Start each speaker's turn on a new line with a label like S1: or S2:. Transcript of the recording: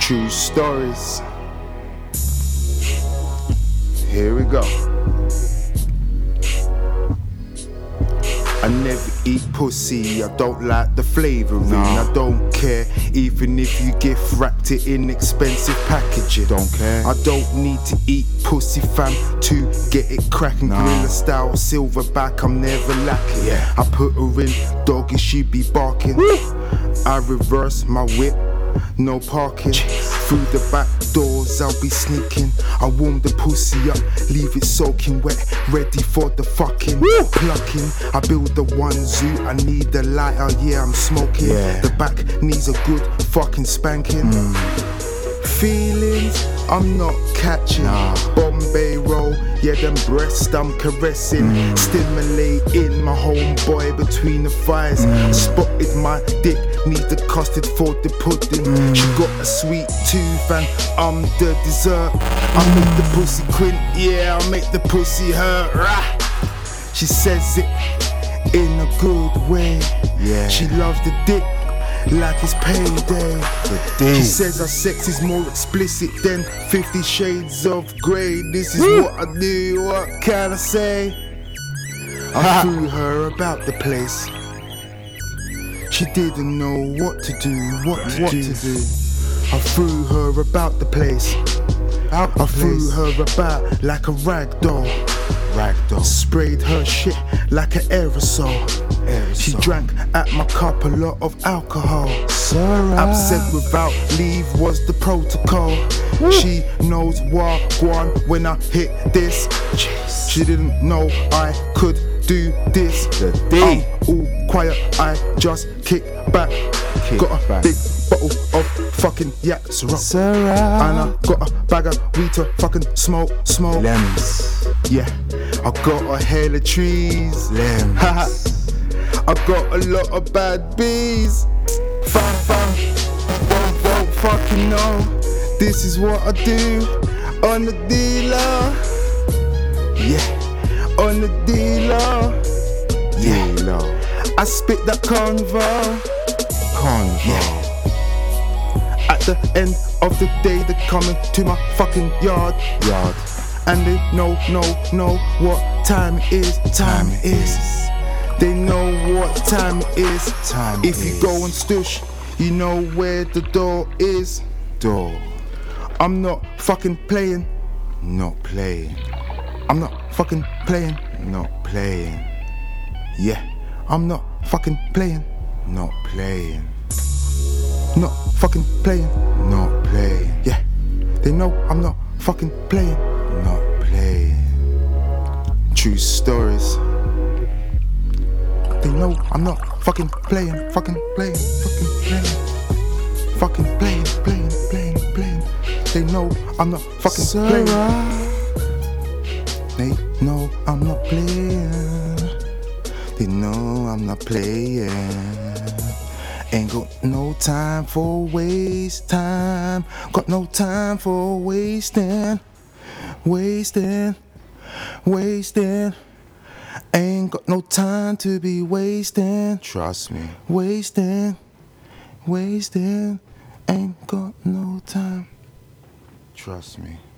S1: True stories. Here we go. I never eat pussy, I don't like the flavouring. I don't care, even if you gift wrapped it in expensive packaging.
S2: Don't care.
S1: I don't need to eat pussy, fam, to get it cracking.
S2: Nah.
S1: Gorilla style, silverback, I'm never lacking.
S2: Yeah.
S1: I put her in, doggy, she be barking. I reverse my whip, no parking. Through the back doors, I'll be sneaking. I warm the pussy up, leave it soaking wet, ready for the fucking plucking. I build the one zoo, I need the lighter, yeah, I'm smoking.
S2: Yeah.
S1: The back needs a good fucking spanking. Feelings I'm not catching. Bombay roll, yeah, them breasts I'm caressing. Stimulating my homeboy between the fires. Spotted my dick, need the custard for the pudding. She got a sweet tooth and I'm the dessert. I make the pussy quint, yeah, I make the pussy hurt. Rah. She says it in a good way.
S2: Yeah.
S1: She loves the dick like it's payday.
S2: The dick.
S1: She says our sex is more explicit than 50 shades of grey. This is what I do, what can I say? I threw her about the place. She didn't know what to do, what to,
S2: What
S1: do.
S2: to do.
S1: I threw her about the place.
S2: Out the
S1: I threw
S2: place.
S1: her about like a rag doll.
S2: Ragdoll.
S1: Sprayed her shit like an aerosol. She
S2: Aerosol.
S1: drank at my cup a lot of alcohol.
S2: Ah.
S1: Absent without leave was the protocol.
S2: Hmm.
S1: She knows Wagwan when I hit this. She didn't know I could do this.
S2: The D.
S1: I'm all quiet, I just kick back.
S2: Kick
S1: Got a
S2: back.
S1: big bottle of fucking yak syrup. And I got a bag of weed to fucking smoke, smoke.
S2: Lems.
S1: Yeah, I got a hell of trees.
S2: Limbs.
S1: Haha. I got a lot of bad bees. Fun, fun. Don't, don't fucking know. This is what I do on the dealer. Yeah, on the dealer.
S2: Yeah. Low.
S1: I spit that convo.
S2: Convo.
S1: At the end of the day, they're coming to my fucking yard.
S2: Yard.
S1: And they know, know, know what time it is. Time
S2: Time it
S1: it is. They know what time it is.
S2: Time
S1: If
S2: is.
S1: you go and stush, you know where the door is.
S2: Door.
S1: I'm not fucking playing.
S2: Not playing.
S1: I'm not fucking playing.
S2: Not playing.
S1: Yeah, I'm not fucking playing.
S2: Not playing.
S1: Not fucking playing.
S2: Not playing.
S1: Yeah, they know I'm not fucking playing.
S2: Not playing.
S1: True stories. They know I'm not fucking playing, fucking playing, fucking playing, fucking playing, playing, playing, playing. They know I'm not fucking playing. They know I'm not playing. They know I'm not playing. Ain't got no time for waste time. Got no time for wasting, wasting, wasting. Ain't got no time to be wasting,
S2: Trust me.
S1: wasting, wasting. Ain't got no time.
S2: Trust me.